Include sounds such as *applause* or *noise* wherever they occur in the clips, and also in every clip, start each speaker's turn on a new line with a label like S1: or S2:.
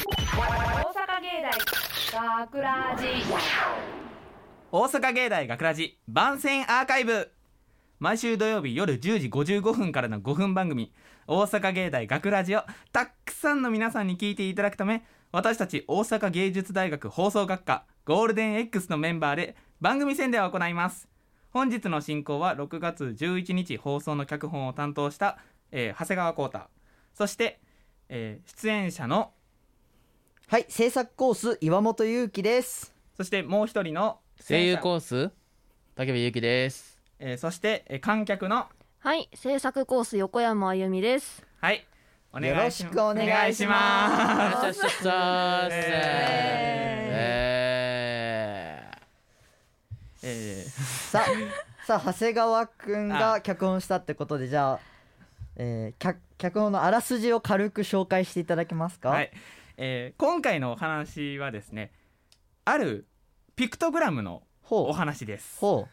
S1: 大阪芸大学ラジ
S2: 大阪芸大学ラジ番宣アーカイブ毎週土曜日夜10時55分からの5分番組「大阪芸大学ラジをたくさんの皆さんに聞いていただくため私たち大阪芸術大学放送学科ゴールデン X のメンバーで番組宣伝を行います本日の進行は6月11日放送の脚本を担当した、えー長谷川浩太そして、えー出演者の
S3: はい制作コース岩本裕樹です
S2: そしてもう一人の
S4: 声優
S2: ー
S4: コース竹部ゆきです
S2: えーそして、えー観客の
S5: はい、制作コース横山あゆみです。
S2: はいお願いし
S3: よろしくお願いしま
S4: さささ
S2: えー
S4: え
S2: えー
S3: さあ *laughs* さあ長谷川くんが脚本したってことでじゃあ、えー、脚脚本のあらすじを軽く紹介していただけますか、
S2: はい、えー今回のお話はですねあるピクトグラムのお
S3: ほう
S2: 話です
S3: ほう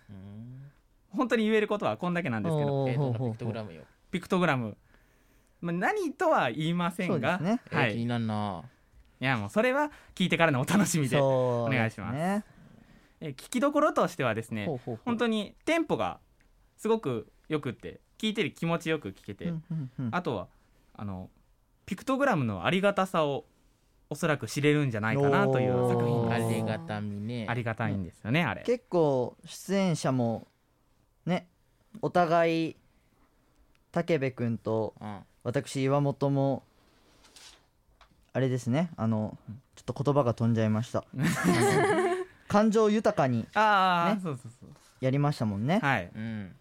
S2: 本当に言えることはこんだけなんですけど
S3: おー
S4: えー、どんな
S3: ほうほうほう
S4: ピクトグラムよ、
S2: ピクトグラム、まあ、何とは言いませんが、
S3: そうですね
S4: えー
S2: はい、
S4: 気
S2: い
S4: になるな
S2: やもうそれは聞いてからのお楽しみで、
S3: そう
S2: お願いします
S3: ね
S2: えー聞きどころとしてはですね
S3: ほうほうほう
S2: 本当にテンポがすごくよくって聞いてる気持ちよく聞けて、
S3: うんうんうん
S2: あとはあのピクトグラムのありがたさをおそらく知れるんじゃないかなという作品
S3: おー
S4: あ
S2: です
S4: りがたみね
S2: ありがたいんですよねあれ
S3: 結構出演者もねお互い武部君と
S4: うん
S3: 私岩本もあれですねあのちょっと言葉が飛んじゃいました
S2: *laughs*
S3: 感情豊かに
S2: ああ、
S3: ね
S2: そうそうそう
S3: やりましたもんね、
S2: はい
S4: うん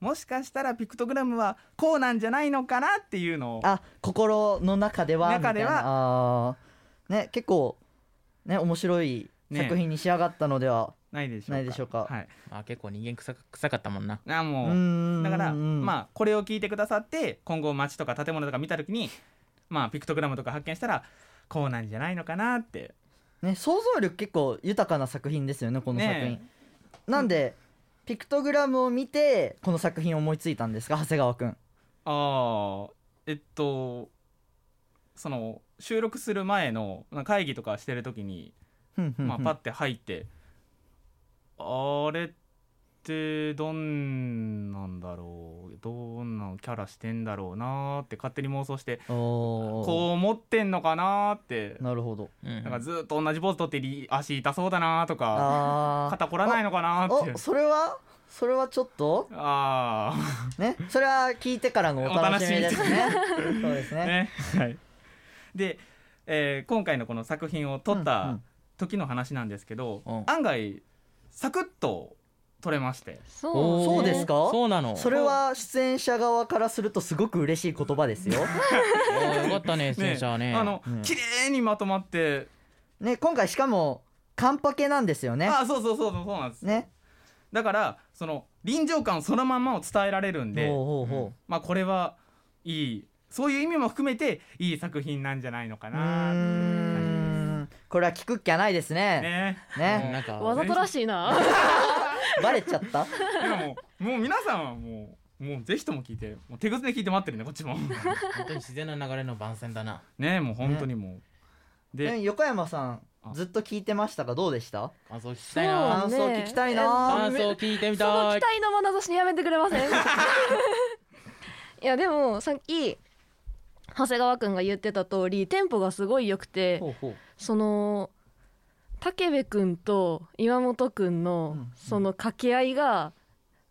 S2: もしかしたらピクトグラムはこうなんじゃないのかなっていうのを
S3: あ心の中では
S2: 中では
S3: みたいなあーね結構ね面白い作品に仕上がったのでは、
S2: ないでしょうか
S3: ないでしょうか
S2: はい
S4: まあ結構人間臭か臭かったもんな
S2: あ
S3: う
S2: も
S3: ー
S2: うんだからま
S3: あ
S2: あこれを聞いてくださって今後街とか建物とか見た時にまあピクトグラムとか発見したらこうなんじゃないのかなって
S3: ね想像力結構豊かな作品ですよねこの作品、
S2: ね
S3: なんでピクトグラムを見てこの作品を思いついたんですか長谷川くん
S2: ああえっとその収録する前のまあ会議とかしてる時に、
S3: ふんふんふん
S2: まあ、パッて入ってあれってどんなんだろうどんなキャラしてんだろうなーって勝手に妄想して
S3: おー
S2: こう思ってんのかなーって
S3: なるほど
S4: うん
S2: なんかずっと同じポーズ取ってり足痛そうだなーとか
S3: あ
S2: 肩こらないのかな
S3: あ
S2: ーって
S3: おそれはそれはちょっと
S2: あ
S3: ねそれは聞いてからのお楽しみですね
S2: *laughs*
S3: そうです
S2: あ
S3: ね
S2: ねはいで、えー今回のこの作品を撮っ
S3: うんう
S2: た
S3: ん
S2: 時の話なんですけど、
S4: うん
S2: 案外サクッと撮れまして
S5: そう、
S3: そうですか
S4: そうなの
S3: それは出演者側からするとすごく嬉しい言葉ですよ。
S4: おーよかった
S2: *laughs*
S4: ね戦車はね
S2: あの
S3: ね
S2: 綺麗にまとまって、
S3: ね今回しかもカンパケなんですよね。
S2: ああそうそうそうそうそうなんです、
S3: ね。
S2: だからその臨場感をそのまんまを伝えられるんで
S3: ほうほうほ
S2: まあこれはいいそういう意味も含めていい作品なんじゃないのか
S3: う。うー
S2: なって
S3: んこれは聞くっきゃないですね。
S2: ね
S3: ね
S4: うんなんか
S5: わざとらしいな。
S3: バレちゃった。
S2: いやもうもう皆さんはもうもうぜひとも聞いてもう手ぐずで聞いて待ってるねこっちも
S4: 本当に自然な流れの番宣だな
S2: ねもう本当にもう、で
S3: ね横山さん
S2: あ
S3: ずっと聞いてましたがどうでした？
S4: 感想聞きたいな
S5: そ
S3: 感
S5: うね
S3: 想聞きたいな。
S4: 感想聞いてみ
S5: その
S4: たい
S5: 期待の眼差しやめてくれません *laughs* いやでもさっき長谷川くんが言ってた通りテンポがすごい良くて
S3: ほうほ
S5: その武部くんと岩本くんの
S3: うん
S5: その掛け合いが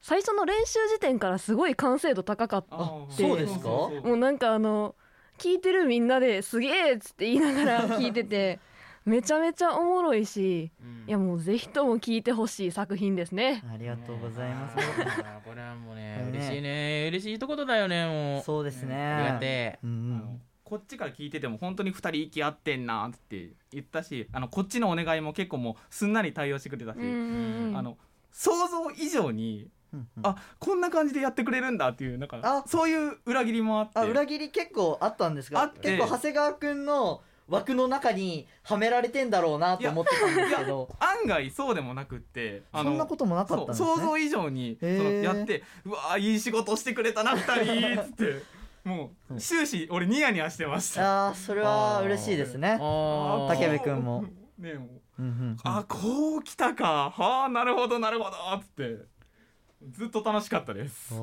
S5: 最初の練習時点からすごい完成度高かった
S2: あ
S3: あそうですか
S5: もうなんかあの聞いてるみんなですげえっつって言いながら聞いててめちゃめちゃおもろいし
S4: うん
S5: いやもうぜひとも聞いてほしい作品ですね。
S3: ありがとうございます。
S4: あーこれはもうね
S3: これね
S4: 嬉しいね嬉しいところだよねもう
S3: そうですね
S4: ありがてえ
S3: うんう
S2: あの
S3: ん。
S2: こっちから聞いてても本当に二人息合ってんなって言ったしあのこっちのお願いも結構もうすんなり対応してくれたし、
S4: うん
S2: あの想像以上に
S3: うんうん
S2: あこんな感じでやってくれるんだっていうなんか
S3: あ
S2: そういう裏切りもあって
S3: あ裏切り結構あったんです
S2: あ
S3: が
S2: って
S3: 結構長谷川くんの枠の中にはめられてんだろうなと思ってたんですけど
S2: 案外そうでもなくってあ
S3: そ
S2: の
S3: んなこともなかったんです
S2: そう想
S3: ね
S2: 像以上にそ
S3: へ
S2: の
S3: ー
S2: やってうわーいい仕事してくれたな二人っつってもう終始俺ニヤニヤしてました
S3: ああそれは嬉しいですね
S4: あー
S3: 竹部君も
S2: ねもう
S3: うんうん
S2: あこう来たかはあなるほどなるほどっつってずっと楽しかったです
S3: お
S4: う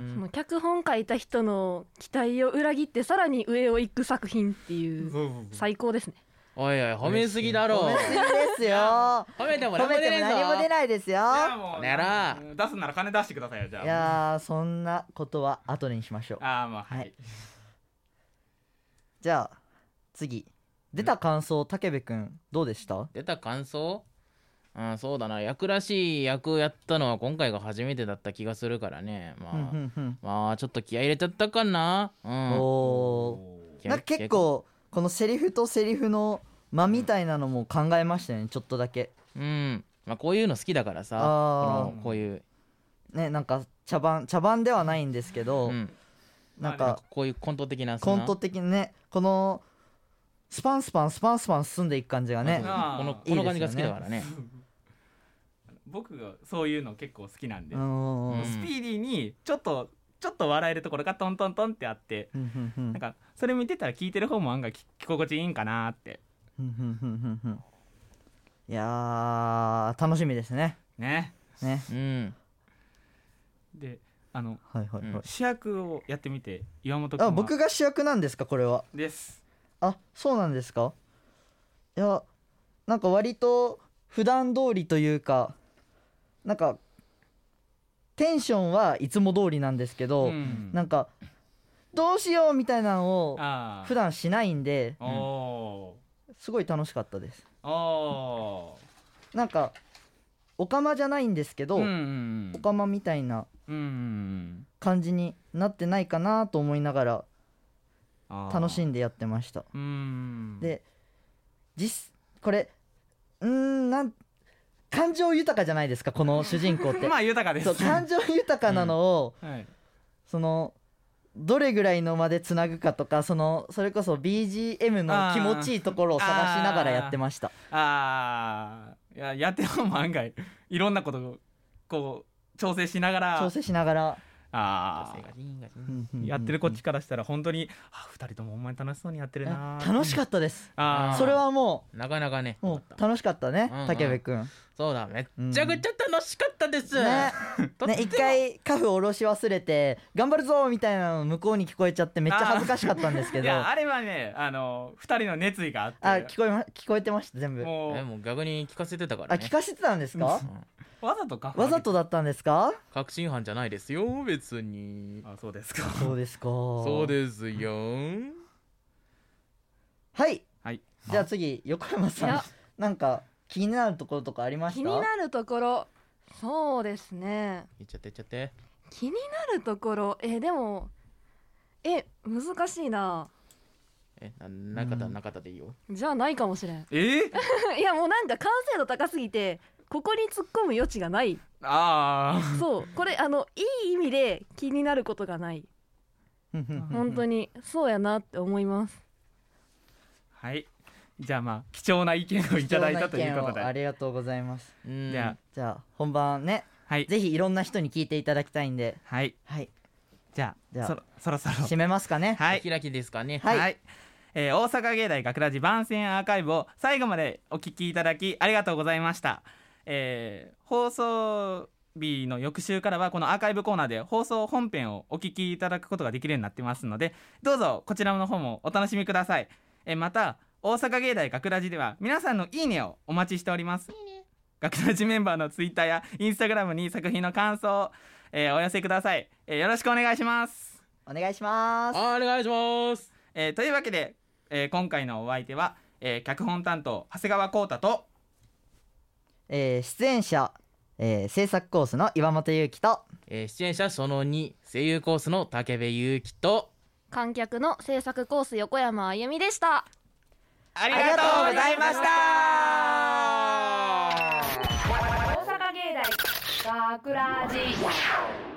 S3: ー
S5: その
S4: ん
S5: 脚本書いた人の期待を裏切ってさらに上を行く作品って
S2: そう
S5: いう
S2: そうそう
S5: 最高ですね
S4: おいおい褒めすぎだろ
S3: 褒めすぎですよ
S4: 褒めても
S3: 褒
S4: 何
S3: め
S4: も出ね
S3: て
S4: え
S3: も
S4: ぞ
S3: 何も出ないですよ
S2: いやもう
S4: この野郎
S2: うん出すなら金出してくださいよじゃあ
S3: いやーそんなことは後でにしましょう
S2: ああまあは
S3: はいいじゃあ次出た感想武部君どうでした
S4: 出た感想うんそうだな役らしい役やったのは今回が初めてだった気がするからねまあ、
S3: うんうんうん
S4: まあちょっと気合い入れちゃったかなうん
S3: おー
S4: 気合
S3: なんか結構このセリフとセリフの間みたいなのも考えましたよねちょっとだけ
S4: うんまあこういうの好きだからさこ
S3: あー
S4: のこういう、
S3: ねなんか茶番茶番ではないんですけど、
S4: うん、
S3: なん
S2: まあ
S3: か
S4: こういうコント的な
S3: コント
S4: 的
S3: 的にねこのスパンスパンスパンスパン進んでいく感じがね
S2: あ
S4: このこの感じが好きだからね
S2: 僕がそういうの結構好きなんで、
S3: うんうんうん
S4: うん
S2: スピーディーにちょっとちょっと笑えるところがトントントンってあって
S3: ふんふんふん
S2: なんかそれ見てたら聞いてる方も案外き聞き心地いいんかなって
S3: ふんふんふんふんふんいやー楽しみですね
S2: ね
S3: ね
S4: うん
S2: であの
S3: はいはいはい、
S4: うん
S2: 主役をやってみて岩本君は
S3: あ僕が主役なんですかこれは
S2: です
S3: あそうなんですかいやなんか割と普段通りというかなんかテンションはいつも通りなんですけど、
S2: うん
S3: なんかどうしようみたいなのを
S2: あー
S3: 普段しないんで
S2: おお
S3: すごい楽しかったです
S2: ーお
S3: なんかオカマじゃないんですけ
S2: ー
S3: ど、
S2: うんうん
S3: オカマみたいな
S2: うんうん
S3: 感じになってないかなと思いながら楽し
S2: い
S3: んでやってました
S2: うん
S3: で実これうーんなん感情豊かじゃないですかこの主人公って
S2: まあ豊かです
S3: そう感情豊かなのを、
S2: *laughs* はい
S3: そのどれぐらいのまでつなぐかとかそのそれこそ BGM の気持ちいいところを探しながらやってました
S2: ああいややっても案外いろんなことをこう調整しながら
S3: 調整しながら、
S2: あーやってるこっちからしたら本当にあ2人ともほんまに楽しそうにやってるなー
S3: 楽しかったです
S2: あー
S3: それはも
S4: なかなかね
S3: うもう楽しかったね
S4: うんうん
S3: 武部君
S4: そうだめっちゃくちゃ楽しかったです、
S3: ね
S4: とっ
S3: ね
S4: ても
S3: 一回カフ下ろし忘れて頑張るぞみたいなの向こうに聞こえちゃってめっちゃ恥ずかしかったんですけ
S2: い
S3: ど
S2: や
S3: あ
S2: あれはねあの2人の熱意があって
S3: 聞こえま聞こえてました全部
S2: も
S4: え
S2: う
S4: もう逆に聞かせてたか
S3: あ
S4: らね
S3: 聞かせてたんですか
S4: うん
S2: わざとか
S3: わざとだったんですか
S4: 確信犯じゃないですよ別に
S2: あそうですか
S3: そうですか
S4: そうですよ
S3: はい
S2: はい
S3: じゃあ次横山
S5: い
S3: さん
S5: や
S3: なんか気になるところとかありました
S5: 気になるところそうですね
S4: 言っちゃって言っちゃって
S5: 気になるところえでもえ難しいな
S4: えななかったらなかったでいいよ、
S5: じゃあないかもしれん
S2: えー、
S5: *laughs* いやもうなんか完成度高すぎてここに突っ込む余地がない
S2: あ
S5: そうこれあのいい意味で気になることがない
S3: うんうん
S2: あ
S5: 本当にそうやなって思います
S2: はいじゃあまあ貴重な意見をいただいたということ
S3: 貴重な意見をあ
S2: で
S3: りがとうございます
S4: うん
S2: じゃ
S3: じゃあ本番ね
S2: あはい
S3: ぜひいろんな人に聞いていただきたいんで
S2: はい
S3: はい
S2: じゃ
S3: じ
S2: あ
S3: ゃあ
S2: そろそろそろ
S3: 締めますかね
S2: はい
S4: お開きですかね
S2: は、
S3: はいい
S2: えー大阪芸大学ラジ番宣アーカイブを最後までお聞きいただきありがとうございました、えー放送日の翌週からはこのアーカイブコーナーで放送本編をお聞きいただくことができるようになってますのでどうぞこちらの方もお楽しみください、えーまた大阪芸大学ラジでは皆さんのいいねをお待ちしております学ラジメンバーのツイッターやインスタグラムに作品の感想を、えーお寄せください、えーよろしくお願いします
S3: お願いします
S4: お願いします
S2: えーというわけで、えー今回のお相手は、えー脚本担当長谷川浩太と
S3: えー出演者、えー制作コースの岩本裕樹と
S4: えー出演者その2声優コースの武部勇樹と
S5: 観客の制作コース横山あゆみでした
S2: あり
S3: がとうございました
S2: た
S1: 大阪芸大学ラジ